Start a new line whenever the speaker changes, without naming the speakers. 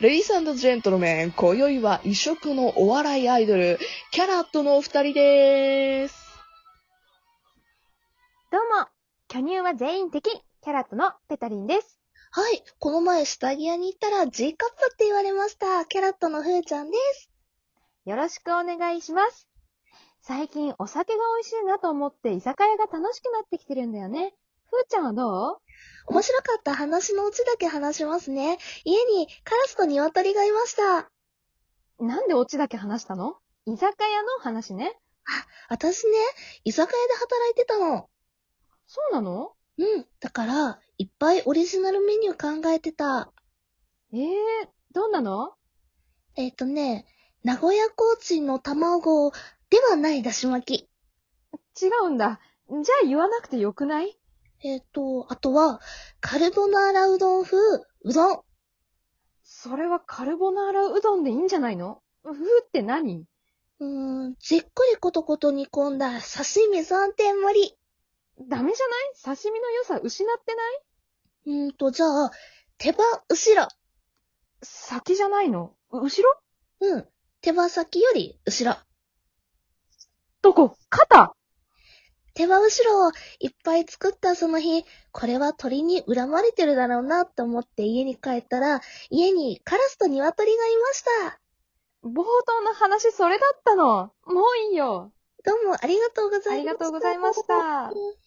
レイスジェントルメン、今宵は異色のお笑いアイドル、キャラットのお二人でーす。
どうも、巨乳は全員的、キャラットのペタリンです。
はい。この前、下着屋に行ったら G カップって言われました。キャラットのふーちゃんです。
よろしくお願いします。最近お酒が美味しいなと思って居酒屋が楽しくなってきてるんだよね。ふーちゃんはどう
面白かった話のうちだけ話しますね。家にカラスと鶏がいました。
なんでオチだけ話したの居酒屋の話ね。
私ね、居酒屋で働いてたの。
そうなの
うん。だから、いっぱいオリジナルメニュー考えてた。
ええー、どんなの
えっ、とね、名古屋コーチンの卵ではないだし巻き。
違うんだ。じゃあ言わなくてよくない
えっ、と、あとは、カルボナーラうどん風うどん。
それはカルボナーラうどんでいいんじゃないのふーって何
うーん、じっくりコトコト煮込んだ刺身3点盛り。
ダメじゃない刺身の良さ失ってない
ー
う
んと、じゃあ、手羽後ろ。
先じゃないのう後ろ
うん。手羽先より後ろ。
どこ肩
手羽後ろをいっぱい作ったその日、これは鳥に恨まれてるだろうなと思って家に帰ったら、家にカラスと鶏がいました。
冒頭の話それだったのもういいよ
どうもありがとうご
あ
ざい
り
ました。
がとうございました。